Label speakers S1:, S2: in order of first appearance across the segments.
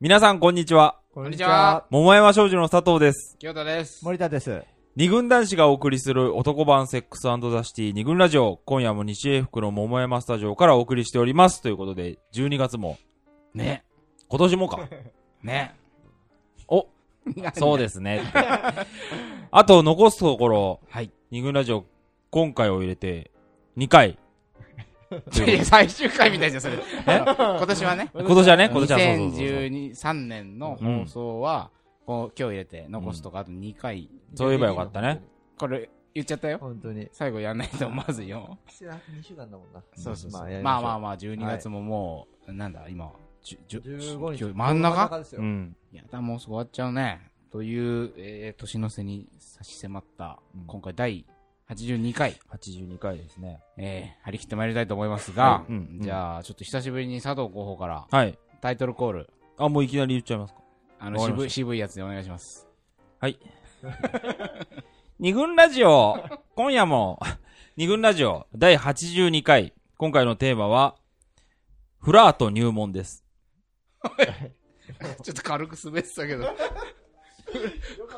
S1: 皆さんこんにちは。
S2: こ
S3: んにちは。
S1: 桃山商事の佐藤です。
S3: 清田です。
S2: 森田です。
S1: 二軍男子がお送りする男版セックスザシティ二軍ラジオ。今夜も西英福の桃山スタジオからお送りしております。ということで、12月も、
S3: ね。
S1: 今年もか。
S3: ね。
S1: お、 そう
S3: で
S1: ですね。 あと、残すところ、
S3: はい
S1: 二軍ラジオ、今回を入れて、2回。
S3: す。いや最終回みたいじゃん、それ。今年はね。
S1: 今年はね、今年はそうそうそう。
S3: 2013年の放送は、こう今日入れて残すとかあと2回。
S1: そう言えばよかったね。
S3: これ、言っちゃったよ。
S2: 本当に。
S3: 最後やんないとまずいよ。
S2: 2週間だもんな。
S3: そうそうそ
S2: ま
S3: う
S2: あや。りまし
S3: ま
S2: ょ
S3: あ
S2: う
S3: まあまあ、12月ももう、なんだ、今、じゅじゅ
S2: 15日。
S3: 今日真ん中
S2: です
S1: う
S2: よ。
S1: ん。
S3: やだ、もうすぐ終わっちゃうね。という、えー年の瀬に差し迫った
S1: うん、
S3: 今回第82回。
S1: 82回ですね。
S3: えー、張り切ってまいりたいと思いますが、
S1: うんうん
S3: じゃあ、ちょっと久しぶりに佐藤候補から
S1: はい。
S3: タイトルコール、
S1: あ、もういきなり言っちゃいますか。
S3: あの
S1: わかりま
S3: 渋
S1: した
S3: い、渋いやつでお願いします。
S1: はい。二軍ラジオ、今夜も、二軍ラジオ第82回、今回のテーマは、フラート入門です。
S3: ちょっと軽く滑ってたけど、
S2: よか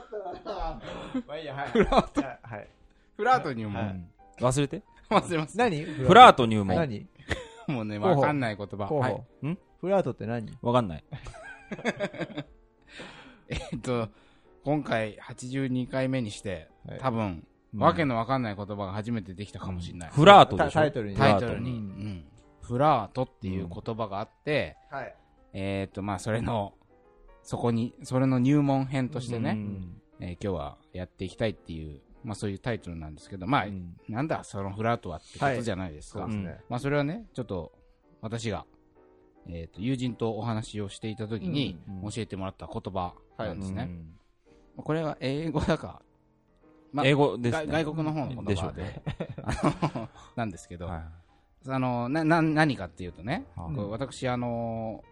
S2: ったな。まあいいや、はい。フラート。はい。
S3: フラートに
S1: う
S3: も、
S1: ん忘れて
S3: 忘れます。
S2: 何
S1: フラー
S2: ト。
S1: ト入門。
S2: 何
S3: もうね、
S2: 候補
S3: わかんない言葉。
S2: 候
S3: はい。
S2: 補。
S1: ん
S2: フラートって何
S1: わかんない。
S3: えっと、今回82回目にして
S2: はい、
S3: 多分、
S1: うん
S3: わけのわかんない言葉が初めてできたかもしれない。
S1: フラートでしょ
S2: タタイトルに
S3: タイトルに、
S2: う
S3: うんん。フラートっていう言葉があって、
S2: はい。
S3: えっと、まあ、それの、そこに、それの入門編としてね、
S1: うん
S3: えー今日はやっていきたいっていう、まあそういうタイトルなんですけど、まあ、
S1: うん
S3: なんだそのフラートはってことじゃないですか。
S2: そうですね。
S3: まあそれはね、ちょっと私が、えっ、と、友人とお話をしていた時に
S1: うんうん
S3: 教えてもらった言葉なんですね。
S1: うん
S3: これは英語だか、まあ
S1: 英語です
S3: 外
S1: ね。
S3: 外国の方の
S1: で
S3: 言
S1: しょ
S3: 葉
S1: う
S3: で、
S1: ね。
S3: あのなんですけど、
S1: はい
S3: あのなな何かっていうとね、
S1: はあ
S3: こう私、あの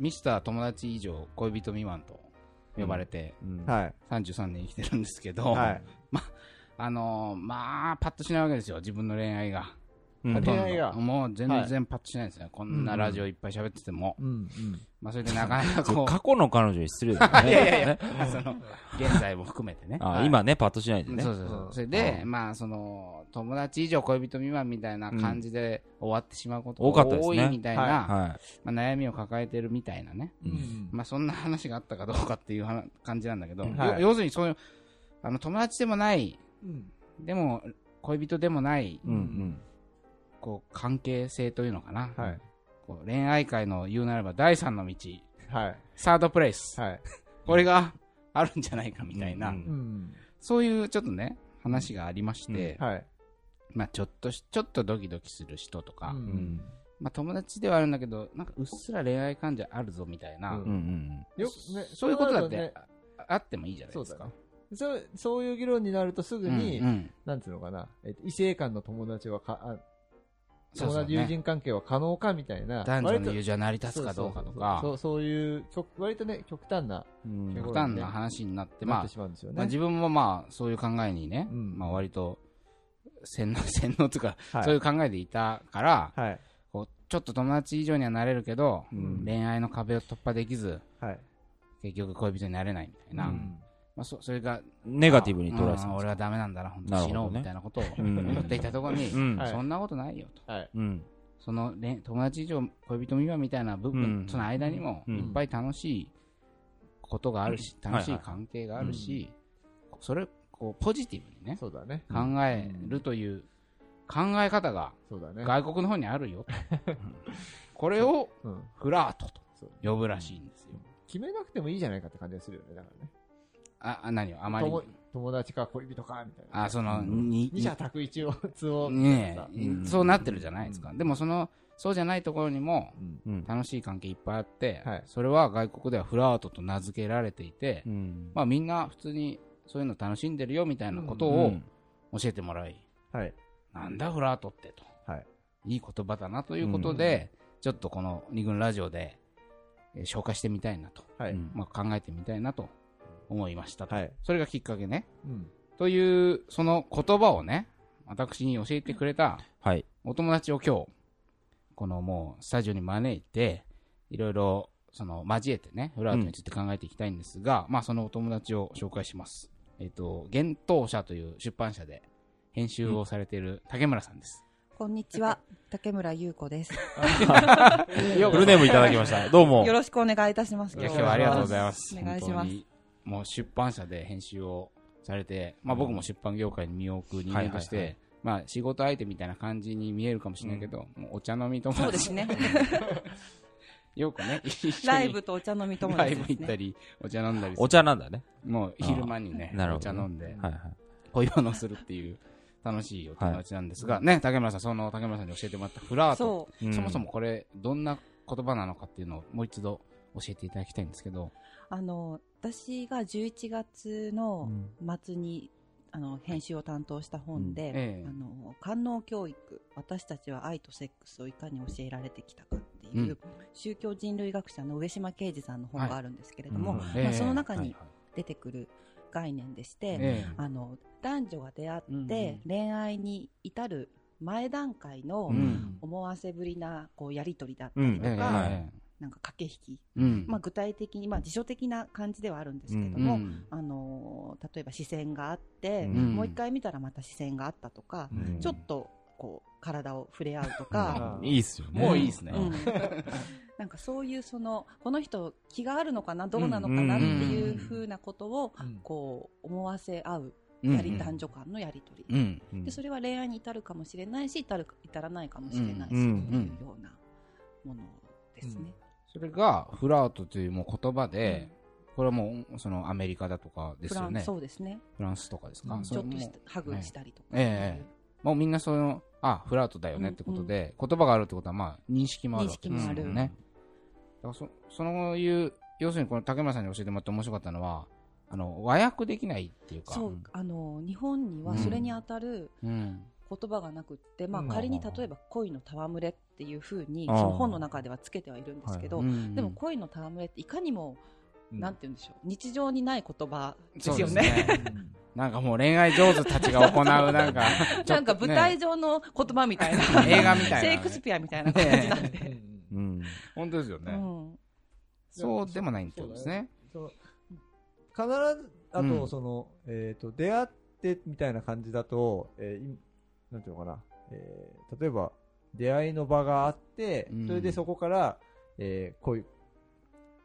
S3: ミスター友達以上恋人未満と呼ばれて、
S1: うん
S2: はい。
S3: 33年生きてるんですけど、
S2: はい。
S3: あのーまあ、パッとしないわけですよ、自分の恋愛が。
S1: うん
S3: ほとんど
S2: 恋愛が
S3: もう全然パッとしないですね、こんなラジオいっぱい喋ってても、
S2: うん。うん。
S3: まあ、それでなかなか
S1: ちょ
S3: こう、
S1: 過去の彼女に失礼だよね。
S3: いやいやいや、 その、現在も含めてね。
S1: あ
S3: はい
S1: 今ね、パッとしないでね
S3: そ。うそうそう。それで、まあ、その、友達以上恋人未満みたいな感じで終わってしまうこと
S1: 多か
S3: が
S1: ったです
S3: 多
S1: ね
S3: いみたいな、
S1: は
S3: まあ悩みを抱えてるみたいなね。
S1: い。うん
S3: まあ、そんな話があったかどうかっていう話感じなんだけど、
S2: はい
S3: よ要するに、そういう、あの、友達でもない、
S2: うん。
S3: でも、恋人でもない、
S1: うんうん。
S3: こう、関係性というのかな。
S2: はい。
S3: こう恋愛界の言うならば第三の道、
S2: はい。
S3: サードプレイス、
S2: はい。
S3: これが あるんじゃないかみたいな、
S1: うん
S2: うん。
S3: そういうちょっとね、話がありまして、
S2: はい。
S3: まあちょっとし、ちょっとドキドキする人とか、
S2: う
S1: うんん
S3: まあ友達ではあるんだけど、なんかうっすら恋愛感情あるぞみたいな、
S2: うん
S1: うんうん。
S2: よくね、
S3: そういうことだ
S2: な
S3: っ
S2: る
S3: て
S2: とね。
S3: ああってもいいじゃないですか。
S2: そう、そういう議論になるとすぐに
S3: うんう、ん
S2: なんつうのかな、えっと異性間の友達はか、あ
S3: そう
S2: 友
S3: そう
S2: 達
S3: ね
S2: 友人関係は可能かみたいな、
S3: 男女
S2: 割
S3: の
S2: と
S3: 友情は成り立つかどうかとか、
S2: そうそうそうそういう極、割とね、極端な、
S1: うん
S2: そう
S3: 極端な話になって、ま
S2: なっ
S3: あ
S2: て、しまうんですよね。
S3: まあ自分もまあそういう考えにね、
S2: うん
S3: まあ割と洗脳、 洗脳というか、
S2: はい
S3: そういう考えでいたから、
S2: はい。
S3: こうちょっと友達以上にはなれるけど、
S1: うん
S3: 恋愛の壁を突破できず、
S2: はい。
S3: 結局恋人になれないみたいな、
S2: うん
S3: まあ、そそれが、
S1: ネガティブに捉え
S3: あ
S1: て
S3: ー
S1: た。
S3: 俺はダメなんだな、本当
S1: な
S3: に
S1: るほ
S3: 死
S1: どね
S3: のうみたい なことを
S1: ん
S3: 思っていたところに、
S1: うん
S2: はい
S3: そんなことないよと、
S2: はい。
S1: うん。
S3: その恋友達以上恋人未満みたいな部分、
S1: うん
S3: その間にも
S1: うん
S3: いっぱい楽しいことがあるし、
S1: うん
S3: 楽し
S1: はいいはい
S3: 関係があるし、それをこうポジティブにね、
S2: そうだね。
S3: 考えるという考え方が
S2: そうだね。
S3: 外国の方にあるよ。 これを
S2: うん。
S3: フラートと
S2: そう
S3: 呼ぶらしいんですよ。
S2: 決めなくてもいいじゃないかって感じがするよね、だからね。
S3: あ、あ何をあまり。
S2: 友友達か恋人か、みたいな。
S3: あ、その、
S1: うん
S3: に、
S2: 二者択一を、通を。
S3: ねえ
S1: うん
S3: そうなってるじゃないですか。
S2: うん
S3: でもその、そうじゃないところにも
S2: うん
S1: うん。
S3: 楽しい関係いっぱいあって、
S2: はい
S3: それは外国ではフラートと名付けられていて、
S1: うん。
S3: まあみんな普通にそういうの楽しんでるよみたいなこと
S1: う
S3: を
S1: ん
S3: 教えてもらい、
S2: はい。
S3: なんだフラートってと。
S2: はい。
S3: いい言葉だなということで、ちょっとこの二軍ラジオで、えー紹介してみたいなと、
S2: は
S1: う
S2: い。
S1: ん
S3: まあ、考えてみたいなと思いましたと、
S2: はい。
S3: それがきっかけね。
S2: うん。
S3: という、その言葉をね、私に教えてくれた
S1: はい。
S3: お友達を今日、このもうスタジオに招いて、いろいろその、交えてね、フラートについて考えていきたいんですが、まあ、そのお友達を紹介します。えっ、と、幻冬社という出版社で編集をされている竹村さんです。
S4: こんにちは、竹村優子です。
S3: よ
S1: フ
S3: うこそ
S1: ルネームいただきました。どうも
S4: よ。ろしくお願いいたします。
S3: いや、今日はありがとうございます。
S4: お願いしま
S3: 本当
S4: す。
S3: にもう出版社で編集をされて、まあ僕も出版業界に身を置く人間として、
S1: はいはい
S3: まあ仕事相手みたいな感じに見えるかもしれないけど、もうお茶飲み友達。
S4: そうですね。
S3: よくね、一緒に
S4: ライブとお茶飲み友
S3: ラ
S4: 達
S3: イ
S4: で
S3: ブ
S4: す
S3: 行った
S4: ね。
S3: り、お茶飲んだりする
S1: お茶なんだね。
S3: もう昼間にね
S1: あーな、る
S3: お
S1: ほど
S3: 茶飲んで、
S1: はいはい。
S3: 小用のするっていう楽しいお友達なんですが、ね、竹村さん、その竹村さんに教えてもらったフラート。
S4: そう。
S1: うん
S3: そもそもこれ、どんな言葉なのかっていうのをもう一度教えていただきたいんですけど、
S4: あの、私が11月の末に、あの、編集を担当した本で、
S3: ええ
S4: あの、官能教育、私たちは愛とセックスをいかに教えられてきたかってい
S3: う
S4: う、
S3: ん
S4: 宗教人類学者の上島啓治さんの本があるんですけれども、
S1: はいうん
S4: まあその中
S3: はい
S4: に
S3: はい
S4: 出てくる概念でして、
S3: ええ
S4: あの男女が出会
S3: うんう
S4: っ
S3: ん
S4: て恋愛に至る前段階の
S3: うん
S4: 思わせぶりなこうやり取りだったりとか、
S1: うんええはい
S4: なんか駆け引き、
S3: うん
S4: まあ、具体的に、まあ、辞書的な感じではあるんですけれど
S3: うん
S4: も、あのー例えば視線があって、
S1: うん
S4: もう一回見たらまた視線があったとか、
S1: うん
S4: ちょっとこう体を触れ合うとか。
S1: うんいいっすよね。
S3: もういいっすね
S4: うん なんかそういうそのこの人気があるのかなどうなのかなっていうふうなことを
S2: うん
S4: こう思わせ合う
S3: うん
S4: やり男女間のやり取り、
S3: うん
S1: うん
S4: でそれは恋愛に至るかもしれないし至るか至らないかもしれないし、
S1: うんうん
S4: というようなものですね。
S3: それがフラートというもう言葉で、これはもうそのアメリカだとかです
S4: フ
S3: よ
S4: ラン
S3: ね
S4: そうですね。
S3: フランスとかですか、
S2: うん
S3: そ
S4: ち
S3: れ
S4: ょっ
S3: も
S4: としたハグしたりとか、
S3: ええもうみんなそのあフラートだよねってことで、言葉があるってことはまあ認識もあるわけですよね
S4: 認識もある
S3: だからそそのいう要するにこの竹村さんに教えてもらって面白かったのはあの和訳できないっていうか
S4: そう、あの日本にはそれに当たる
S3: うん
S4: 言葉がなくって、まあ
S2: うん
S4: 仮に例えば恋の戯れっていうふうに
S1: あ
S4: そ
S1: ー
S4: の本の中ではつけてはいるんですけど、
S3: うん
S4: でも恋の戯れっていかにも、
S2: うん
S4: なんて言うんでしょう日常にない言葉です
S3: そう
S4: よ
S3: です
S4: ね。
S3: ねなんかもう恋愛上手たちが行うなんか
S4: なんか舞台上の言葉みたいな、
S3: 映画みたいなね
S4: シェイクスピアみたいな感じ なんで、
S1: うん。
S3: 本当ですよね、
S4: うん、
S3: そうでもないってことですね。
S2: そう必ず、あ
S3: うん
S2: と、その、えっ、と、出会ってみたいな感じだと、えーいなんていうのかな、えー例えば、出会いの場があって
S3: うん、
S2: それでそこから、えー恋、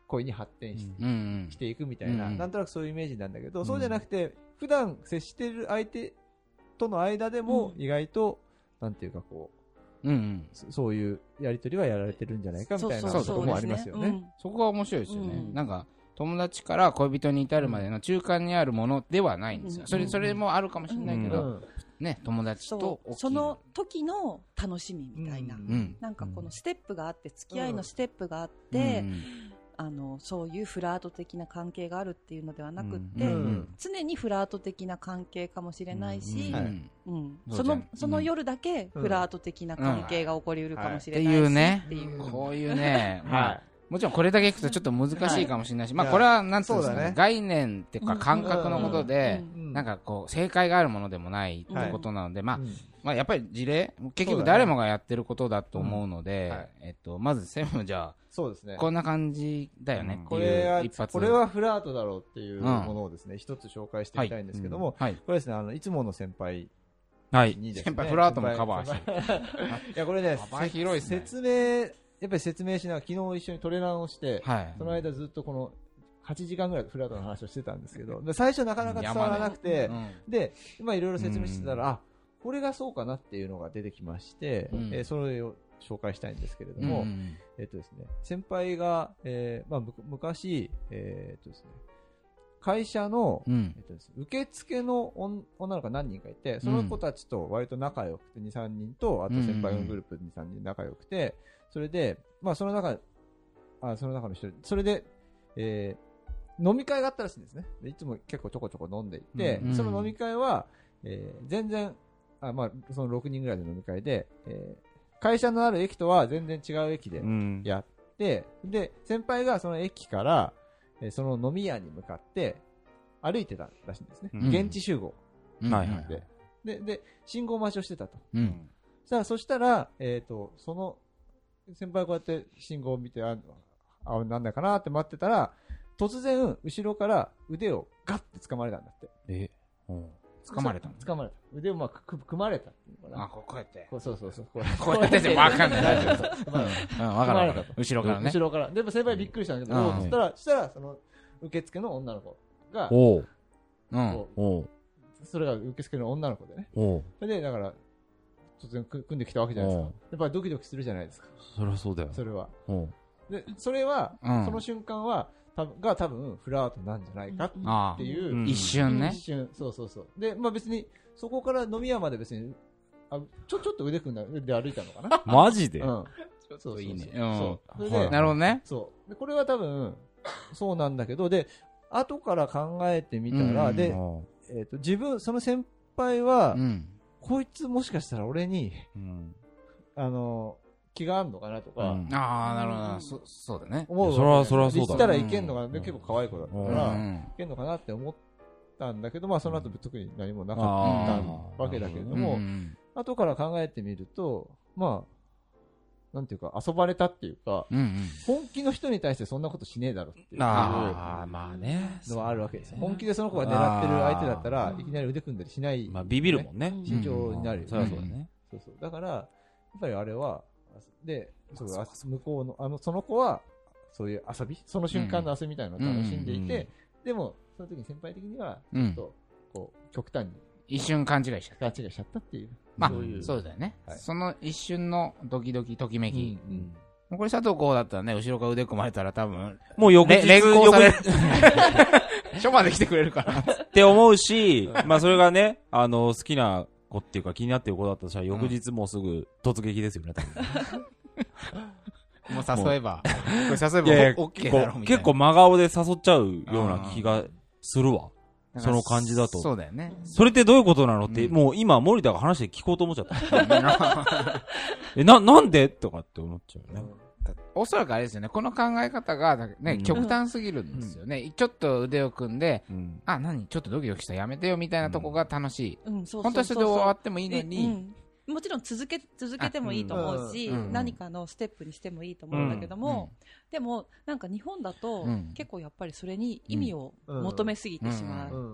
S2: 恋に発展し,、
S3: うんうん
S2: ていくみたいな、
S3: うん
S2: なんとなくそういうイメージなんだけど、
S3: うん
S2: そうじゃなくて、普段接してる相手との間でも、
S4: うん
S2: 意外と、なんていうかこう、
S3: うんうん、
S2: そそういうやりとりはやられてるんじゃないかみたいな
S3: そ
S2: こ
S3: うそう
S2: ともありますよね。
S3: そこが面白いですよね、
S4: うん
S3: なんか友達から恋人に至るまでの中間にあるものではないんですよ、
S4: うん
S3: それそれもあるかもしれないけど、
S2: うん
S3: ね友達と起
S4: そ
S3: きる
S4: うその時の楽しみみたいな、
S2: うん
S3: うん
S4: なんかこのステップがあって付き合いのステップがあっ
S3: う
S4: て、
S3: ん
S4: あのそういうフラート的な関係があるっていうのではなくって、
S3: うん
S4: 常にフラート的な関係かもしれないし、
S2: は
S3: う
S2: い
S3: ん
S4: うん
S3: そう
S4: そ
S3: じゃん
S4: のその夜だけフラート的な関係が起こりうるかもしれないし、
S3: うんはい
S4: っていう、
S3: こうい うね、ま
S2: は
S3: あ、もちろんこれだけ聞くとちょっと難しいかもしれないし、まあ、
S2: はい
S3: これはなんていうんです
S2: そ
S3: か
S2: う
S3: ね
S2: だね
S3: 概念っていうか感覚のことで、
S4: うん
S2: い。
S3: なんかこう正解があるものでもないってことなので、まあ
S2: うん、
S3: まあ、やっぱり事例、結
S2: そうだ
S3: 局
S2: ね
S3: 誰もがやってることだと思うので、
S2: うんはい
S3: えっと、まず専務じゃ
S2: そうですね。
S3: あ、こんな感じだよねって
S2: こ
S3: いう
S2: れは
S3: 一発、
S2: これはフラートだろうっていううんものをですね、一つ紹介してみたいんですけども、
S3: はい。
S2: これですね、あの、いつもの先輩
S1: はい。
S2: にですね。
S3: 先輩フラートもカバーして
S2: て。いや、これね、
S3: 幅広いですね
S2: 説明、やっぱり説明しながら、昨日一緒にトレーナーをして、
S3: はい。
S2: その間ずっとこの、8時間ぐらいフラートの話をしてたんですけど、で最初なかなか伝わらなくて
S3: う、ん
S2: で、今いろいろ説明してたら、あ、これがそうかなっていうのが出てきまして、
S3: うん
S2: えーそれを紹介したいんですけれど
S3: うん
S2: も、えっとですね、先輩が、えーまあ、む昔、えーっとですね、会社の、
S3: うん
S2: えっとですね、受付の女女の子が何人かいて、その子たちと割と仲良くて、2、3人と、あと先輩のグループ2、3人仲良くて、それで、まあ、その中、あその中の一人、それで、えー飲み会があったらしいんですね。でいつも結構ちょこちょこ飲んでいて、
S3: うん
S2: その飲み会は、えー全然、あまあ、その6人ぐらいの飲み会で、えー会社のある駅とは全然違う駅で、
S1: うん。
S2: やって、で、先輩がその駅から、えーその飲み屋に向かって、歩いてたらしいんですね。
S1: うん
S2: 現地集合
S3: うん
S1: はいはい
S2: で。で、で、信号待ちをしてたと。
S3: うん。
S2: さあ、そしたら、えっ、と、その、先輩こうやって信号を見て、ああ、なんだかなって待ってたら、突然、後ろから腕をガッて掴まれたんだって。
S1: え、うん。
S3: 掴まれたの
S2: 掴まれた。腕をまあ、く、く組まれたっていうのか
S3: あ、
S2: な。
S3: こうこうやって。
S2: こうそうそうそう。こ
S3: こうやってじゃわかん ない。大丈夫
S2: う
S3: うん、うんわからんわからん。後ろからね
S2: 後。ろから。でも先輩びっくりしたんだけ
S3: う
S2: ど、
S3: ん
S2: おうっつったら、そしたら、その、受付の女の子が、
S1: おう、
S3: うん。
S2: こう
S1: おう、
S2: それが受付の女の子でね。
S1: おう。
S2: それで、だから、突然く組んできたわけじゃないですか。やっぱりドキドキするじゃないですか、
S1: そりゃそうだよ。
S2: それは。
S1: おう。
S2: で、それは、
S3: うん
S2: その瞬間は、たが多分、フラートなんじゃないかっ
S3: あ
S2: ていう、
S1: うん
S3: 一瞬ね
S2: 一。瞬、そうそうそう。で、まあ別に、そこから飲み屋まで別に、あちょ、ちょっと腕組んだ、腕で歩いたのかな
S1: マジで
S2: うん。
S3: そう
S2: そうそうそう
S3: いいね。
S2: そう。それ
S3: うん
S2: で、
S3: なるほどね。
S2: そう。で、これは多分、そうなんだけど、で、後から考えてみたら、
S3: うん
S2: で、
S1: うん
S2: えっ、と、自分、その先輩は、
S3: うん。
S2: こいつもしかしたら俺に、
S1: うん。
S2: あの、気があんのかなとか、
S1: うん
S3: ああ、なるほどな。そ、そうだね。
S2: 思うわけ
S1: そらそらそうだ
S2: で行ったらいけんのかな、で
S1: うん
S2: 結構可愛い子だったか
S1: う
S3: う
S1: ほ
S3: ん。
S1: ん
S2: ら、
S1: ら
S2: いけんのかなって思ったんだけど、まあその後特に何もなかっ
S1: あ
S2: たわけだけれ
S1: ど
S2: ど
S3: う
S2: も、
S3: ん。
S2: 後から考えてみると、まあ、なんていうか、遊ばれたっていうか、
S3: うん。
S2: 本気の人に対してそんなことしねえだろっていうのは
S1: ああ、まあね。
S2: あるわけですよ。本気でその子が狙ってる相手だったら
S4: あ、ー
S2: いきなり腕組んだりしない。
S1: まあ、ビビるもんね。
S4: うん
S2: 慎重になるよね
S1: そりゃそうだね。
S2: そうそう。だから、やっぱりあれは、で、そうあ向こうの、あの、その子は、そういう遊び、その瞬間の遊びみたいなのを楽しんでいて、でも、その時に先輩的には、
S3: う
S2: ちょっ
S3: ん。
S2: と、こう、極端に
S3: 一瞬勘違いしちゃった。
S2: 勘違いしちゃったっていう。
S3: まあ
S2: そうい、う。
S3: そうだよね
S2: は。い
S3: その一瞬のドキドキ、ときめ
S2: うん
S3: き。
S2: うん
S3: もうこれ佐藤こうだったらね、後ろから腕組まれたら多分、
S1: もう翌
S3: れ
S1: 日、
S3: 連行
S1: 翌
S3: される
S1: 日。
S3: 署まで来てくれるから。
S1: って思うし、まあそれがね、あの、好きな子っていうか気になってる子だったとしたら、翌日もうすぐ突撃ですよね、多分
S3: もう誘えば。これ誘
S1: いやい
S3: え
S1: や
S3: ばお
S1: こう
S3: OK だろみたいな。
S1: 結構真顔で誘っちゃうような気がするわ。
S3: だか
S1: そ
S3: ら
S1: の感じだと
S3: そうだよね。
S1: それってどういうことなのって、
S3: うん
S1: もう今、森田が話して聞こうと思っちゃった。え、な、なんでとかって思っちゃうよね。
S3: おそらくあれですよね。この考え方が、
S1: う
S3: ね、
S1: ん
S3: 極端すぎるんですよね。ちょっと腕を組んで、
S1: うん。
S3: あ、何ちょっとドキドキしたやめてよみたいなとこが楽しい。
S4: うん、そうそうそうそう
S3: 本当はそれで終わってもいいの
S4: う
S3: に、
S4: んもちろん続け続けてもいいと思うし、
S3: あうんうん
S4: 何かのステップにしてもいいと思うんだけども、でもなんか日本だと、
S3: うん
S4: 結構やっぱりそれに意味を求めすぎてしまって、
S2: うんうん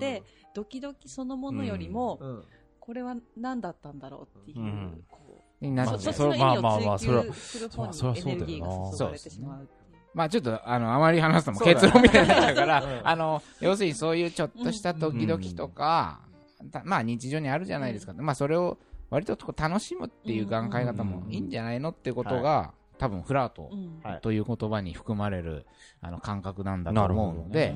S4: ドキドキそのものよりも、
S2: うん
S4: これは何だったんだろうっていう、
S1: うん
S4: こう
S3: になっ
S1: ま
S3: ち
S1: あ
S3: ゃ
S4: そそっ
S3: う
S4: ち
S1: それ
S4: の意味
S1: まあまあま
S4: を
S1: あ
S4: 追求する方
S1: そりゃ
S4: に
S1: そ
S4: エ
S1: うだよな
S4: ネルギーが注がれてしまうっていう。
S3: まあちょっと、あの、あまり話すとも
S2: そうだね
S3: 結論みたいになっちゃうから、
S2: うん
S3: あの、要するにそういうちょっとしたドキドキとか、たまあ日常にあるじゃないですか。まあそれを割とこう楽しむっていう考え方もいいんじゃないのっていうことが、多分フラート
S4: うん
S2: はい
S3: という言葉に含まれる、あの感覚なんだと
S1: なるほど
S3: 思うので、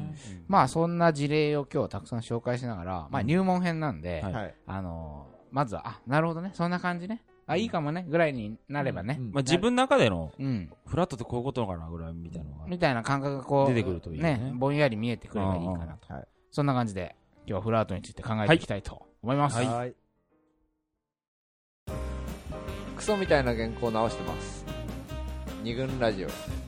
S3: まあそんな事例を今日はたくさん紹介しながら、まあ入門編なんで、
S1: はい
S2: はい。
S3: あのーまずは、あ、なるほどね、そんな感じね。あ、いいかもね、ぐらいになればね
S2: う。ん
S1: まあ自分の中での、
S3: うん。
S1: フラットってこういうことなのかなぐらいみたいなのが。
S3: みたいな感覚がこう、
S1: 出てくるといいよね
S3: ぼんやり見えてくればいいかなと。
S2: はい。
S3: そんな感じで、今日はフラートについて考えていきたいと思います。
S2: はい。クソみたいな原稿直してます。二軍ラジオ。